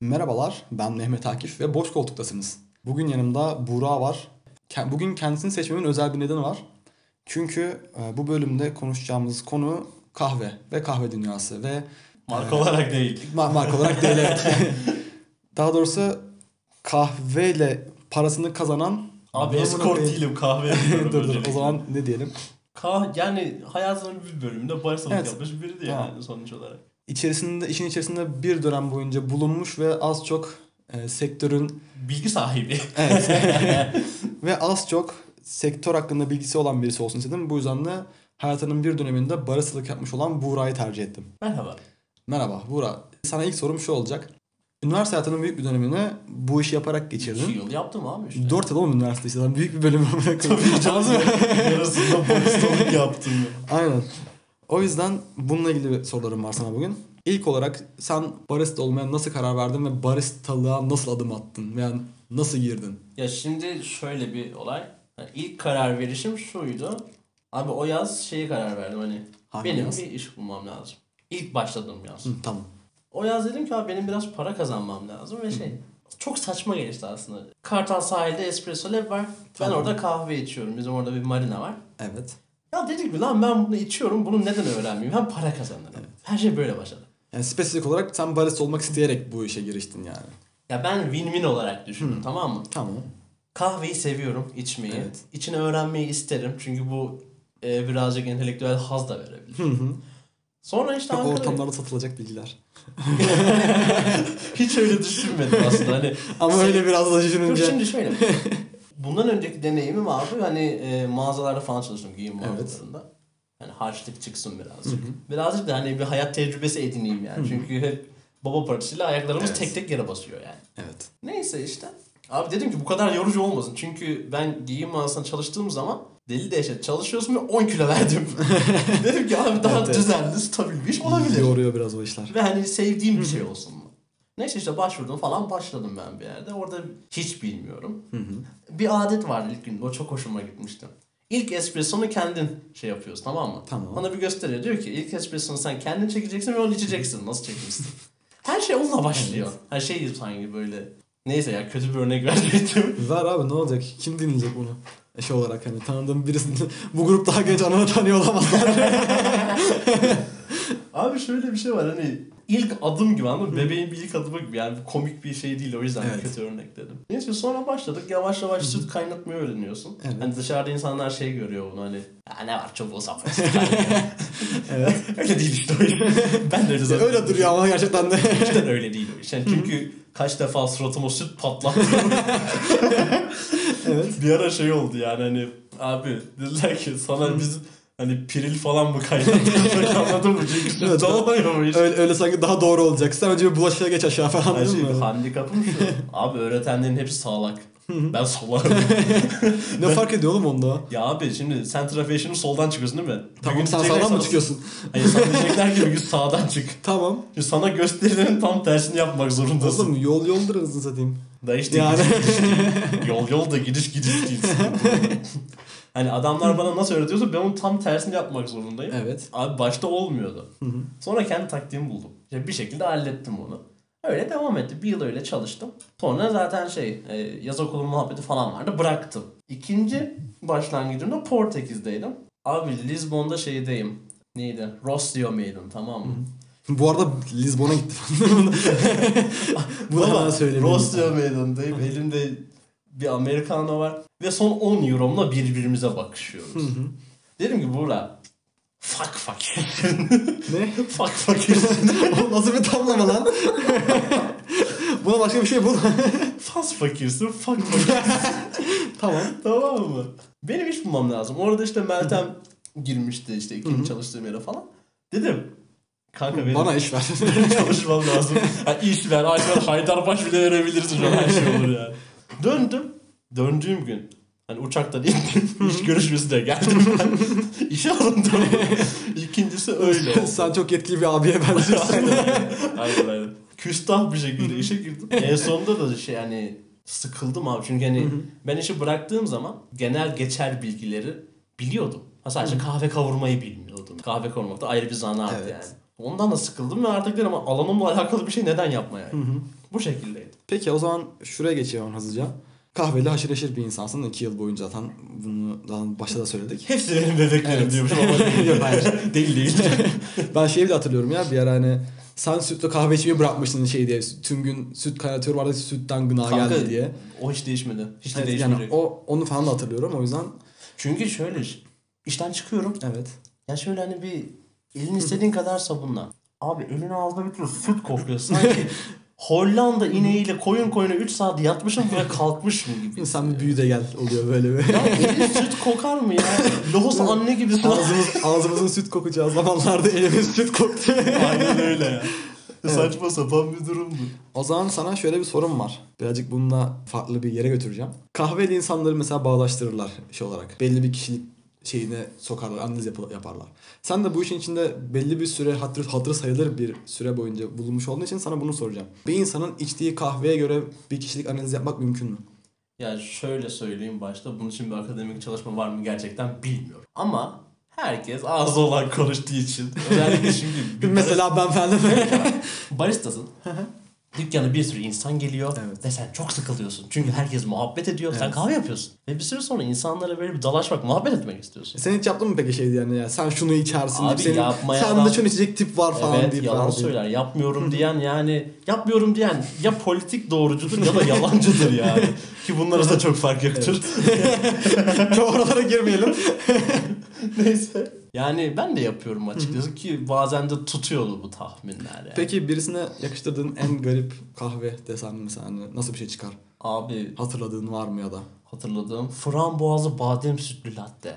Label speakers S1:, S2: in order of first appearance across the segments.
S1: Merhabalar, ben Mehmet Akif ve Boş Koltuk'tasınız. Bugün yanımda Buğra var. Ke- Bugün kendisini seçmemin özel bir nedeni var. Çünkü e, bu bölümde konuşacağımız konu kahve ve kahve dünyası ve
S2: Marka olarak değil.
S1: ma- marka olarak değil. evet. Daha doğrusu kahveyle parasını kazanan...
S2: Abi
S1: Bunu
S2: escort
S1: bunu-
S2: değilim kahve
S1: dur
S2: yapıyorum
S1: dur
S2: öncelikle.
S1: o zaman ne diyelim?
S2: Kah yani hayatının bir bölümünde barsalık
S1: Evet.
S2: yapmış biriydi
S1: Tamam.
S2: yani sonuç olarak.
S1: İçerisinde, işin içerisinde bir dönem boyunca bulunmuş ve az çok e, sektörün...
S2: Bilgi sahibi.
S1: Evet. ve az çok sektör hakkında bilgisi olan birisi olsun istedim. Bu yüzden de hayatının bir döneminde barışsızlık yapmış olan Buğra'yı tercih ettim.
S2: Merhaba.
S1: Merhaba Buğra. Sana ilk sorum şu olacak. Üniversite hayatının büyük bir dönemini bu işi yaparak
S2: İki
S1: geçirdin.
S2: yıl yaptım abi işte.
S1: 4 yıl oğlum üniversite işte. Lan Büyük bir bölüm
S2: Tabii canım. Yarısında barsalık yaptım.
S1: Aynen. O yüzden bununla ilgili sorularım var sana bugün. İlk olarak sen barista olmaya nasıl karar verdin ve baristalığa nasıl adım attın veya nasıl girdin?
S3: Ya şimdi şöyle bir olay. Yani ilk karar verişim şuydu. Abi o yaz şeye karar verdim hani.
S1: Hangi
S3: benim
S1: yaz?
S3: bir iş bulmam lazım. İlk başladığım yaz.
S1: Hı, tamam.
S3: O yaz dedim ki abi benim biraz para kazanmam lazım ve şey çok saçma gelişti aslında. Kartal sahilde espresso lab var. Ben
S1: Tamam.
S3: orada kahve içiyorum. Bizim orada bir marina var.
S1: Evet.
S3: Ya dedik ki lan ben bunu içiyorum. Bunu neden öğrenmeyeyim? Hem para kazanırım. Her şey böyle başladı.
S1: Yani spesifik olarak sen barista olmak isteyerek bu işe giriştin yani.
S3: Ya ben win-win olarak düşündüm tamam mı?
S1: Tamam.
S3: Kahveyi seviyorum içmeyi.
S1: Evet.
S3: İçini öğrenmeyi isterim. Çünkü bu e, birazcık entelektüel haz da verebilir. Sonra işte
S1: Çok
S3: Ankara'ya-
S1: ortamlarda satılacak bilgiler.
S3: hiç öyle düşünmedim aslında. Hani
S1: Ama
S3: Şey-
S1: öyle biraz da
S3: Dur
S1: düşününce.
S3: şimdi şöyle. Bundan önceki deneyimim abi hani e, mağazalarda falan çalıştım giyim
S1: Evet.
S3: mağazalarında. Hani harçlık çıksın birazcık. Birazcık da hani bir hayat tecrübesi edineyim yani. Çünkü hep baba parasıyla ayaklarımız
S1: Evet.
S3: tek tek yere basıyor yani.
S1: Evet.
S3: Neyse işte. Abi dedim ki bu kadar yorucu olmasın. Çünkü ben giyim mağazasında çalıştığım zaman deli dehşet çalışıyorsun ve 10 kilo verdim. dedim ki abi daha
S1: Evet, evet.
S3: düzenli, stabil bir iş olabilir.
S1: Yoruyor biraz o işler.
S3: Ve hani sevdiğim bir şey olsun mu? Neyse işte başvurdum falan başladım ben bir yerde. Orada hiç bilmiyorum. Bir adet vardı ilk gün. O çok hoşuma gitmişti. İlk espressonu kendin şey yapıyorsun tamam mı?
S1: Tamam.
S3: Bana bir gösteriyor. Diyor ki ilk espressonu sen kendin çekeceksin ve onu içeceksin. Nasıl çekmişsin? Her şey onunla başlıyor. Her şey sanki böyle. Neyse ya kötü bir örnek verdim.
S1: Ver abi ne olacak? Kim dinleyecek bunu? Eş olarak hani tanıdığım birisini bu grup daha genç ananı tanıyor olamaz.
S3: Abi şöyle bir şey var hani ilk adım gibi anladın mı? Bebeğin bir ilk adımı gibi yani bu komik bir şey değil o yüzden
S1: Evet.
S3: kötü örnek dedim. Neyse sonra başladık yavaş yavaş süt kaynatmayı öğreniyorsun.
S1: Evet.
S3: Hani dışarıda insanlar şey görüyor bunu hani "Ya ne var çubuğu sapma.
S1: Evet.
S3: öyle değil işte o iş. Ben de öyle zaten.
S1: Öyle duruyor ama gerçekten de.
S3: Gerçekten öyle değil o iş. Yani çünkü kaç defa suratıma süt patlattı.
S1: evet.
S3: bir ara şey oldu yani hani abi dediler ki sana biz hani piril falan mı kaynattık anladın mı? Çünkü süt
S1: Evet, ben-
S3: olmuyor bu iş.
S1: Öyle, öyle sanki daha doğru olacak. Sen önce bir bulaşığa geç aşağı falan
S3: Her
S1: anladın
S3: şey
S1: mı?
S3: handikapım şu. Abi öğretenlerin hepsi sağlak. ben solağım.
S1: Ne fark ediyor oğlum onda?
S3: ya abi şimdi sen trafiğe şimdi soldan çıkıyorsun değil mi?
S1: Tamam
S3: Bugün
S1: sen
S3: diyecekler
S1: sağdan mı
S3: sana-
S1: çıkıyorsun?
S3: Hayır sana diyecekler ki bugün sağdan çık.
S1: Tamam.
S3: Şimdi sana gösterilenin tam tersini yapmak zorundasın.
S1: Oğlum yol yoldur hızını satayım.
S3: Da işte
S1: Yani.
S3: gidiş gidiş değil. Yol yol da gidiş gidiş değil. hani adamlar bana nasıl öğretiyorsa ben onun tam tersini yapmak zorundayım.
S1: Evet.
S3: Abi başta olmuyordu. Sonra kendi taktiğimi buldum. İşte bir şekilde hallettim onu. Öyle devam etti. Bir yıl öyle çalıştım. Sonra zaten şey e, yaz okulu muhabbeti falan vardı. Bıraktım. İkinci başlangıcımda Portekiz'deydim. Abi Lizbon'da şeydeyim. Neydi? Rossio Maiden tamam mı?
S1: Bu arada Lizbon'a gittim. Bu da
S3: Baba,
S1: bana söyledim.
S3: Rossio Meydanı'ndayım. Elimde bir Americano var. Ve son 10 euromla birbirimize bakışıyoruz. Dedim ki Buğra fuck fakirsin.
S1: Ne?
S3: fuck fakirsin.
S1: Oğlum nasıl bir tamlama lan? Buna başka bir şey bul.
S3: Fas fakirsin. Fuck fakirsin.
S1: tamam.
S3: tamam mı? Benim iş bulmam lazım. Orada işte Meltem girmişti işte ikinci çalıştığım yere falan. Dedim kanka benim
S1: Bana iş ver.
S3: çalışmam lazım. Ha, iş ver, aç ver, Haydarpaş bile verebiliriz hocam her şey olur yani. Döndüm. Döndüğüm gün hani uçaktan indim. iş görüşmesine geldim ben. İşe alındım. İkincisi öyle oldu.
S1: Sen çok yetkili bir abiye benziyorsun.
S3: aynen aynen. Küstah bir şekilde işe girdim. en sonunda da şey yani sıkıldım abi. Çünkü hani ben işi bıraktığım zaman genel geçer bilgileri biliyordum. Ha sadece kahve kavurmayı bilmiyordum. Kahve kavurmak da ayrı bir zanaat
S1: Evet.
S3: yani. Ondan da sıkıldım ve artık dedim alanımla alakalı bir şey neden yapma yani. Bu şekildeydi.
S1: Peki o zaman şuraya geçiyorum hızlıca. Kahveli haşır neşir bir insansın. iki yıl boyunca zaten bunu daha başta da söyledik.
S2: Hepsi benim bebeklerim
S1: Evet.
S2: diyormuş ama
S1: Yok, hayır.
S2: değil değil.
S1: Ben şeyi bile hatırlıyorum ya bir ara hani sen sütle kahve içmeyi bırakmıştın şey diye. Tüm gün süt kaynatıyor vardı sütten gına
S3: Kanka,
S1: geldi diye.
S3: O hiç değişmedi. Hiç de
S1: Evet,
S3: değişmeyecek.
S1: yani o onu falan da hatırlıyorum o yüzden.
S3: Çünkü şöyle işten çıkıyorum.
S1: Evet.
S3: Ya şöyle hani bir elin istediğin kadar sabunla. Abi elini ağzına bitiriyor süt kokuyor. Sanki Hollanda ineğiyle koyun koyuna 3 saat yatmışım ve kalkmışım gibi.
S1: İnsan bir büyü de gel oluyor böyle bir.
S3: Ya elin süt kokar mı ya? Lohos anne gibi
S1: Ağzımız, ağzımızın süt kokacağı zamanlarda elimiz süt koktu.
S2: Aynen öyle ya. Saçma sapan bir durumdu.
S1: o zaman sana şöyle bir sorum var. Birazcık bununla farklı bir yere götüreceğim. Kahveli insanları mesela bağdaştırırlar şey olarak. Belli bir kişilik şeyine sokarlar, analiz yapı- yaparlar. Sen de bu işin içinde belli bir süre hatır, hatır sayılır bir süre boyunca bulunmuş olduğun için sana bunu soracağım. Bir insanın içtiği kahveye göre bir kişilik analiz yapmak mümkün mü?
S3: Ya şöyle söyleyeyim başta bunun için bir akademik çalışma var mı gerçekten bilmiyorum. Ama herkes ağzı olan konuştuğu için özellikle şimdi bir
S1: Mesela ben falan.
S3: baristasın. Dükkana bir sürü insan geliyor
S1: Evet.
S3: ve sen çok sıkılıyorsun. Çünkü herkes muhabbet ediyor. Sen kahve yapıyorsun. Ve bir süre sonra insanlara böyle bir dalaşmak, muhabbet etmek istiyorsun.
S1: Sen hiç yaptın mı peki şey yani ya sen şunu içersin
S3: Abi
S1: deyip senin
S3: yapmayan
S1: sen de
S3: adam-
S1: şunu içecek tip var falan
S3: evet
S1: deyip
S3: yalan
S1: verdiğin.
S3: söyler. Yapmıyorum diyen yani yapmıyorum diyen ya politik doğrucudur ya da yalancıdır yani. Ki bunlar arasında çok fark yoktur.
S1: Çok oralara girmeyelim.
S3: Neyse. Yani ben de yapıyorum açıkçası ki bazen de tutuyordu bu tahminler yani.
S1: Peki birisine yakıştırdığın en garip kahve desen mesela hani nasıl bir şey çıkar?
S3: Abi
S1: Hatırladığın var mı ya da?
S3: hatırladım. Frambuazlı badem sütlü latte.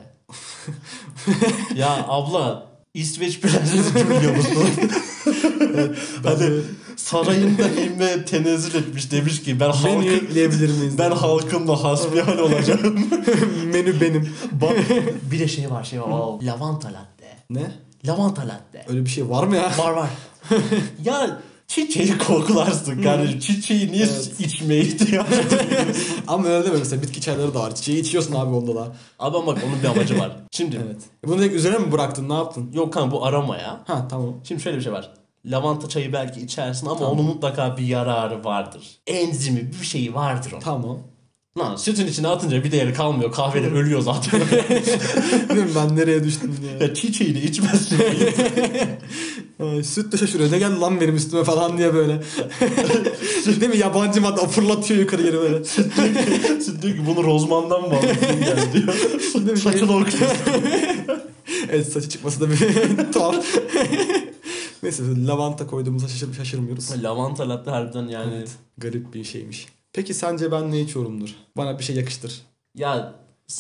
S3: ya abla İsveç prensesi Julia musun? Hadi sarayında giyme tenezzül etmiş demiş ki ben halkım,
S1: Menü ekleyebilir miyiz?
S3: ben halkımla hasbihal olacağım.
S1: Menü benim.
S3: Bak bir de şey var şey var. Aa, Lavanta latte.
S1: Ne?
S3: Lavanta latte.
S1: Öyle bir şey var mı ya?
S3: Var var. ya çiçeği koklarsın kardeşim. Çiçeği niye içmeye ihtiyacı
S1: ama öyle deme mesela bitki çayları da var. Çiçeği içiyorsun abi onda da.
S3: Ama bak onun bir amacı var. Şimdi
S1: Evet. E Bunu direkt üzerine mi bıraktın? Ne yaptın?
S3: yok kanka bu arama ya.
S1: Ha tamam.
S3: Şimdi şöyle bir şey var. Lavanta çayı belki içersin ama onun mutlaka bir yararı vardır. Enzimi bir şeyi vardır onun.
S1: Tamam.
S3: Lan sütün içine atınca bir değeri kalmıyor. Kahvede ölüyor zaten.
S1: Değil mi? ben nereye düştüm diye.
S3: ya çiçeğini içmezsin.
S1: Ee, süt de şaşırıyor. Ne geldi lan benim üstüme falan diye böyle. Değil mi? Yabancı madde o fırlatıyor yukarı geri böyle.
S3: Süt diyor ki bunu rozmandan mı aldın Yani diyor.
S1: mi?
S3: Saçını okuyor.
S1: Evet saçı çıkması da bir tuhaf. Neyse lavanta koyduğumuzda şaşır, şaşırmıyoruz.
S3: Lavanta latte harbiden yani.
S1: Garip bir şeymiş. Peki sence ben ne içiyorumdur? Bana bir şey yakıştır.
S3: Ya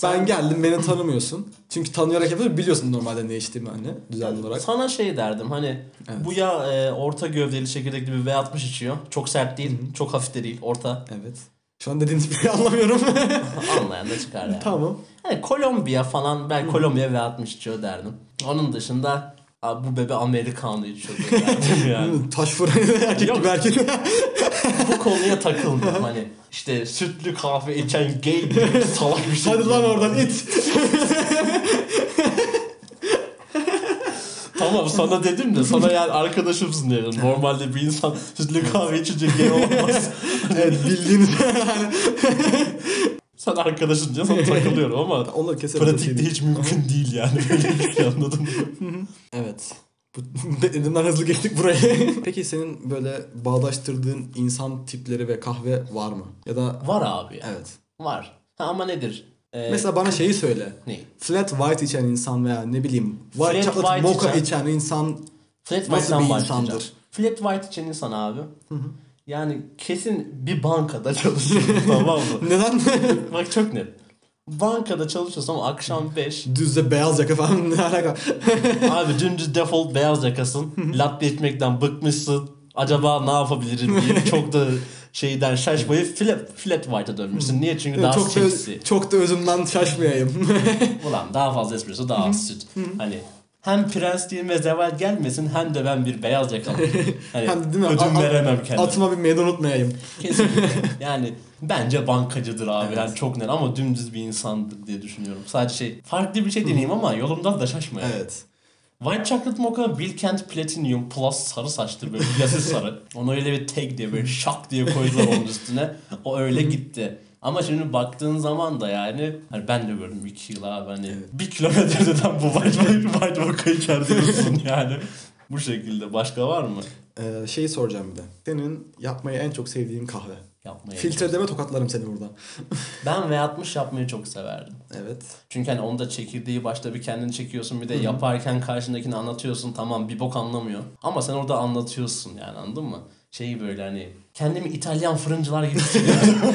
S1: Ben geldim beni tanımıyorsun. Çünkü tanıyarak yapıyorsun biliyorsun normalde ne içtiğimi hani düzenli olarak.
S3: Sana şey derdim hani
S1: Evet.
S3: bu ya e, orta gövdeli çekirdekli bir V60 içiyor. Çok sert değil, çok hafif de değil, orta.
S1: Evet. Şu an dediğiniz bir şey anlamıyorum.
S3: Anlayan da çıkar yani.
S1: tamam.
S3: Hani Kolombiya falan ben Kolombiya V60 içiyor derdim. Onun dışında "Abi bu bebe Amerikanlı içiyor derdim yani.
S1: Taş fırın erkek
S3: Yok.
S1: gibi erkek.
S3: bu konuya takılmıyorum hani. işte sütlü kahve içen gay bir salak bir şey.
S1: Hadi lan oradan it.
S3: Tamam sana dedim de sana yani arkadaşımsın dedim. Normalde bir insan sütlü kahve içince gay olmaz.
S1: evet bildiğiniz.
S3: Sen arkadaşın diye sana takılıyorum ama
S1: Onları şey keselim.
S3: Pratikte hiç mümkün değil yani böyle bir şey anladın mı?
S1: Evet. Bu, beklediğimden hızlı geçtik buraya. Peki senin böyle bağdaştırdığın insan tipleri ve kahve var mı? Ya da
S3: Var abi ya.
S1: evet.
S3: Var. Ha, ama nedir? Ee,
S1: Mesela bana şeyi söyle.
S3: ne?
S1: Flat white içen insan veya ne bileyim white
S3: Flat
S1: chocolate
S3: white
S1: mocha
S3: içen-
S1: içen, insan
S3: Flat
S1: Nasıl
S3: White'dan
S1: bir
S3: başlayacağım.
S1: insandır?
S3: Flat White için insan abi. Yani kesin bir bankada çalışıyor tamam mı?
S1: neden
S3: Bak çok net. Bankada çalışıyorsam akşam 5.
S1: düzde beyaz yaka falan ne alaka?
S3: abi dümdüz default beyaz yakasın. latte içmekten bıkmışsın. Acaba ne yapabilirim diye çok da şeyden şaşmayıp flat, flat white'a dönmüşsün. Niye? Çünkü daha
S1: E, çok, da,
S3: seksi. E,
S1: öz- çok da özümden şaşmayayım.
S3: Ulan daha fazla espresso daha az süt. hani hem prens diye zeval gelmesin hem de ben bir beyaz yakalıyım. Hani
S1: Hani değil mi?
S3: ödün
S1: A- a-
S3: veremem kendime.
S1: Atıma bir meydan unutmayayım.
S3: Kesinlikle. Yani bence bankacıdır abi. Yani çok net ama dümdüz bir insandır diye düşünüyorum. Sadece şey farklı bir şey deneyeyim ama yolumdan da şaşma yani.
S1: Evet.
S3: White Chocolate Mocha Bilkent Platinum Plus sarı saçtır böyle piyasa sarı. Onu öyle bir tag diye böyle şak diye koydular onun üstüne. O öyle gitti. Ama şimdi baktığın zaman da yani hani ben de gördüm 2 yıl abi hani bir kilometre öteden bu White, white Mocha içerdiyorsun yani. Bu şekilde. Başka var mı?
S1: Ee, şeyi soracağım bir de. Senin yapmayı en çok sevdiğin kahve.
S3: Yapmaya.
S1: Filtre deme tokatlarım seni burada.
S3: Ben V60 yapmayı çok severdim.
S1: Evet.
S3: Çünkü hani onda çekirdeği başta bir kendini çekiyorsun bir de yaparken karşındakini anlatıyorsun tamam bir bok anlamıyor. Ama sen orada anlatıyorsun yani anladın mı? Şey böyle hani kendimi İtalyan fırıncılar gibi hissediyorum.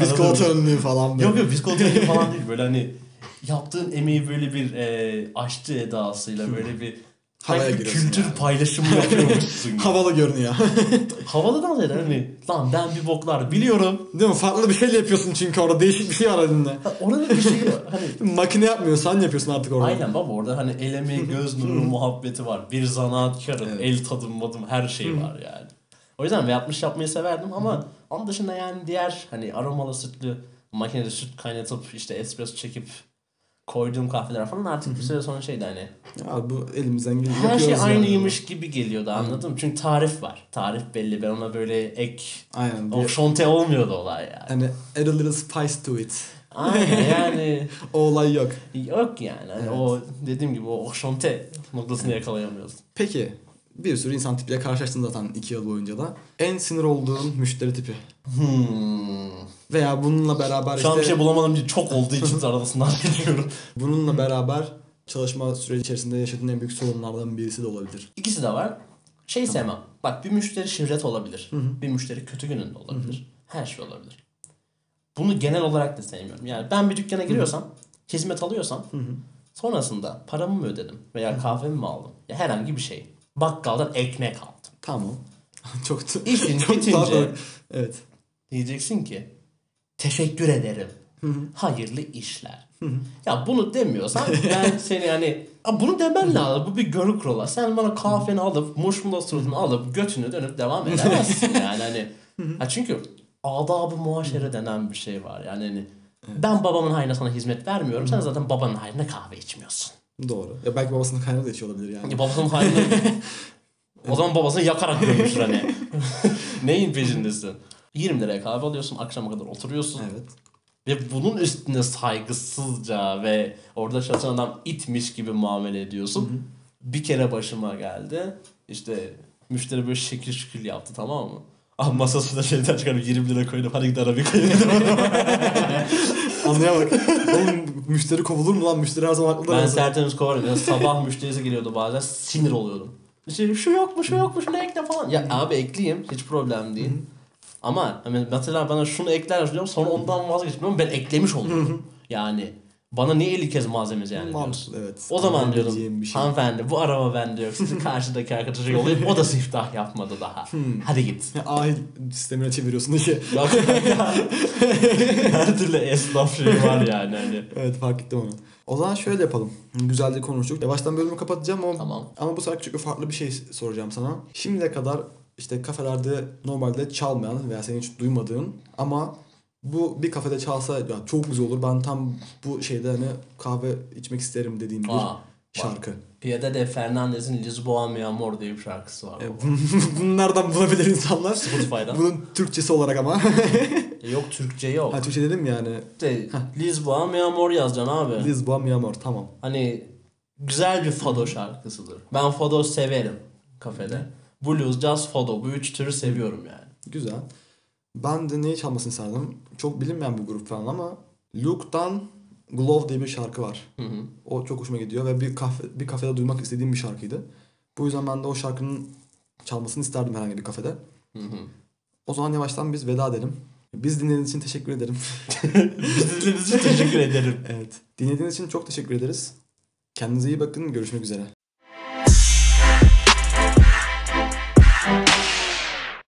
S1: Biskot önlüğü falan böyle.
S3: yok yok psikoloji falan değil böyle hani yaptığın emeği böyle bir e, aşçı edasıyla böyle bir
S1: Havaya
S3: sanki bir
S1: giriyorsun
S3: kültür
S1: yani.
S3: paylaşımı yapıyormuşsun. gibi.
S1: Havalı görünüyor.
S3: Havalı da oluyor hani lan ben bir boklar biliyorum.
S1: Değil mi? Farklı bir şey yapıyorsun çünkü orada değişik bir şey var elinde.
S3: Ha, Orada bir şey var. hani
S1: Makine yapmıyor, sen yapıyorsun artık orada.
S3: Aynen baba orada hani el emeği göz nuru muhabbeti var. Bir zanaatkarın
S1: Evet.
S3: el tadım madım her şey var yani. O yüzden ve 60 yapmayı severdim ama onun dışında yani diğer hani aromalı sütlü makinede süt kaynatıp işte espresso çekip koyduğum kahveler falan artık bir süre sonra şeydi hani
S1: Ya bu elimizden geleni
S3: her
S1: yapıyoruz
S3: şey
S1: yani.
S3: aynıymış gibi geliyordu anladın mı? Çünkü tarif var. Tarif belli ben ona böyle ek
S1: Aynen.
S3: o
S1: Bir,
S3: şonte olmuyordu olay yani.
S1: hani add a little spice to it.
S3: Aynen yani
S1: O olay yok.
S3: yok yani. Hani O dediğim gibi o şonte noktasını yakalayamıyorsun.
S1: Peki bir sürü insan tipiyle karşılaştın zaten 2 yıl boyunca da. En sinir olduğun müşteri tipi.
S3: Hmm.
S1: Veya bununla beraber
S3: Şu an
S1: işte
S3: bir şey bulamadım diye çok olduğu için arasından geliyorum.
S1: bununla beraber çalışma süreci içerisinde yaşadığın en büyük sorunlardan birisi de olabilir.
S3: İkisi de var. Şey sevmem. Bak bir müşteri şirret olabilir. Bir müşteri kötü gününde olabilir. Her şey olabilir. Bunu genel olarak da sevmiyorum. Yani ben bir dükkana giriyorsam, hizmet alıyorsam sonrasında paramı mı ödedim veya kahvemi mi aldım? Ya herhangi bir şey. Bakkaldan ekmek aldım.
S1: Tamam. çok
S3: İşin
S1: çok
S3: bitince-
S1: pardon. Evet.
S3: Diyeceksin ki teşekkür ederim. Hayırlı işler. ya bunu demiyorsan ben seni hani "Aa, bunu demen lazım. Bu bir görü kuralı. Sen bana kahveni alıp muşmula suratını alıp götünü dönüp devam edemezsin yani hani. ha çünkü adab-ı muaşere denen bir şey var. Yani hani ben babamın hayrına sana hizmet vermiyorum. Sen zaten babanın hayrına kahve içmiyorsun.
S1: Doğru. Ya belki babasının kaynağı da içiyor olabilir yani.
S3: Ya babasının hayrına... o zaman babasını yakarak görmüştür hani. Neyin peşindesin? 20 liraya kahve alıyorsun. Akşama kadar oturuyorsun.
S1: Evet.
S3: Ve bunun üstüne saygısızca ve orada çalışan adam itmiş gibi muamele ediyorsun. Bir kere başıma geldi. İşte müşteri böyle şekil şükür yaptı tamam mı? Ah masasına şeyden çıkarıp 20 lira koydum. Hadi git arabika
S1: Anlaya bak. Oğlum müşteri kovulur mu lan? Müşteri her zaman haklı da
S3: Ben
S1: lazım.
S3: tertemiz kovarım. Ya sabah müşterisi geliyordu bazen sinir oluyordum. İşte şu yok mu şu yok mu şunu ekle falan. Ya abi ekleyeyim hiç problem değil. Ama hani mesela bana şunu ekler diyorum sonra ondan vazgeçmiyorum ben eklemiş oluyorum. yani bana niye 50 kez malzemesi yani diyorsun.
S1: Mantıklı evet.
S3: O zaman
S1: Anlayabileceğim
S3: diyorum
S1: bir şey.
S3: hanımefendi bu araba bende yok sizi karşıdaki arkadaşa yollayıp o da siftah yapmadı daha. Hadi git.
S1: Ya, Ahil sistemine çeviriyorsun işi.
S3: Ya- Her türlü esnaf şeyi var yani hani.
S1: Evet fark ettim onu. O zaman şöyle yapalım. Güzelce konuştuk. Yavaştan bölümü kapatacağım ama
S3: Tamam.
S1: ama bu sefer küçük bir farklı bir şey soracağım sana. Şimdiye kadar işte kafelerde normalde çalmayan veya senin hiç duymadığın ama bu bir kafede çalsa ya çok güzel olur. Ben tam bu şeyde hani kahve içmek isterim dediğim bir
S3: Aa,
S1: şarkı.
S3: Piyade de Fernandez'in Lisboa Mi Amor diye bir şarkısı var.
S1: Bunlardan bulabilir insanlar.
S3: Spotify'dan.
S1: Bunun Türkçesi olarak ama.
S3: E Yok Türkçe yok.
S1: ha, Türkçe dedim yani.
S3: İşte Lisboa Mi Amor yazacaksın abi.
S1: Lisboa mi amor tamam.
S3: hani güzel bir fado şarkısıdır. Ben fado severim kafede. Blues, jazz, fado bu üç türü seviyorum yani.
S1: Güzel. Ben de neyi çalmasını isterdim? Çok bilinmeyen bir grup falan ama Luke'dan Glove diye bir şarkı var.
S3: Hı hı.
S1: O çok hoşuma gidiyor ve bir kafe bir kafede duymak istediğim bir şarkıydı. Bu yüzden ben de o şarkının çalmasını isterdim herhangi bir kafede.
S3: Hı hı.
S1: O zaman yavaştan biz veda edelim. Biz dinlediğiniz için teşekkür ederim.
S3: Bizi dinlediğiniz için teşekkür ederim.
S1: evet. Dinlediğiniz için çok teşekkür ederiz. Kendinize iyi bakın. Görüşmek üzere.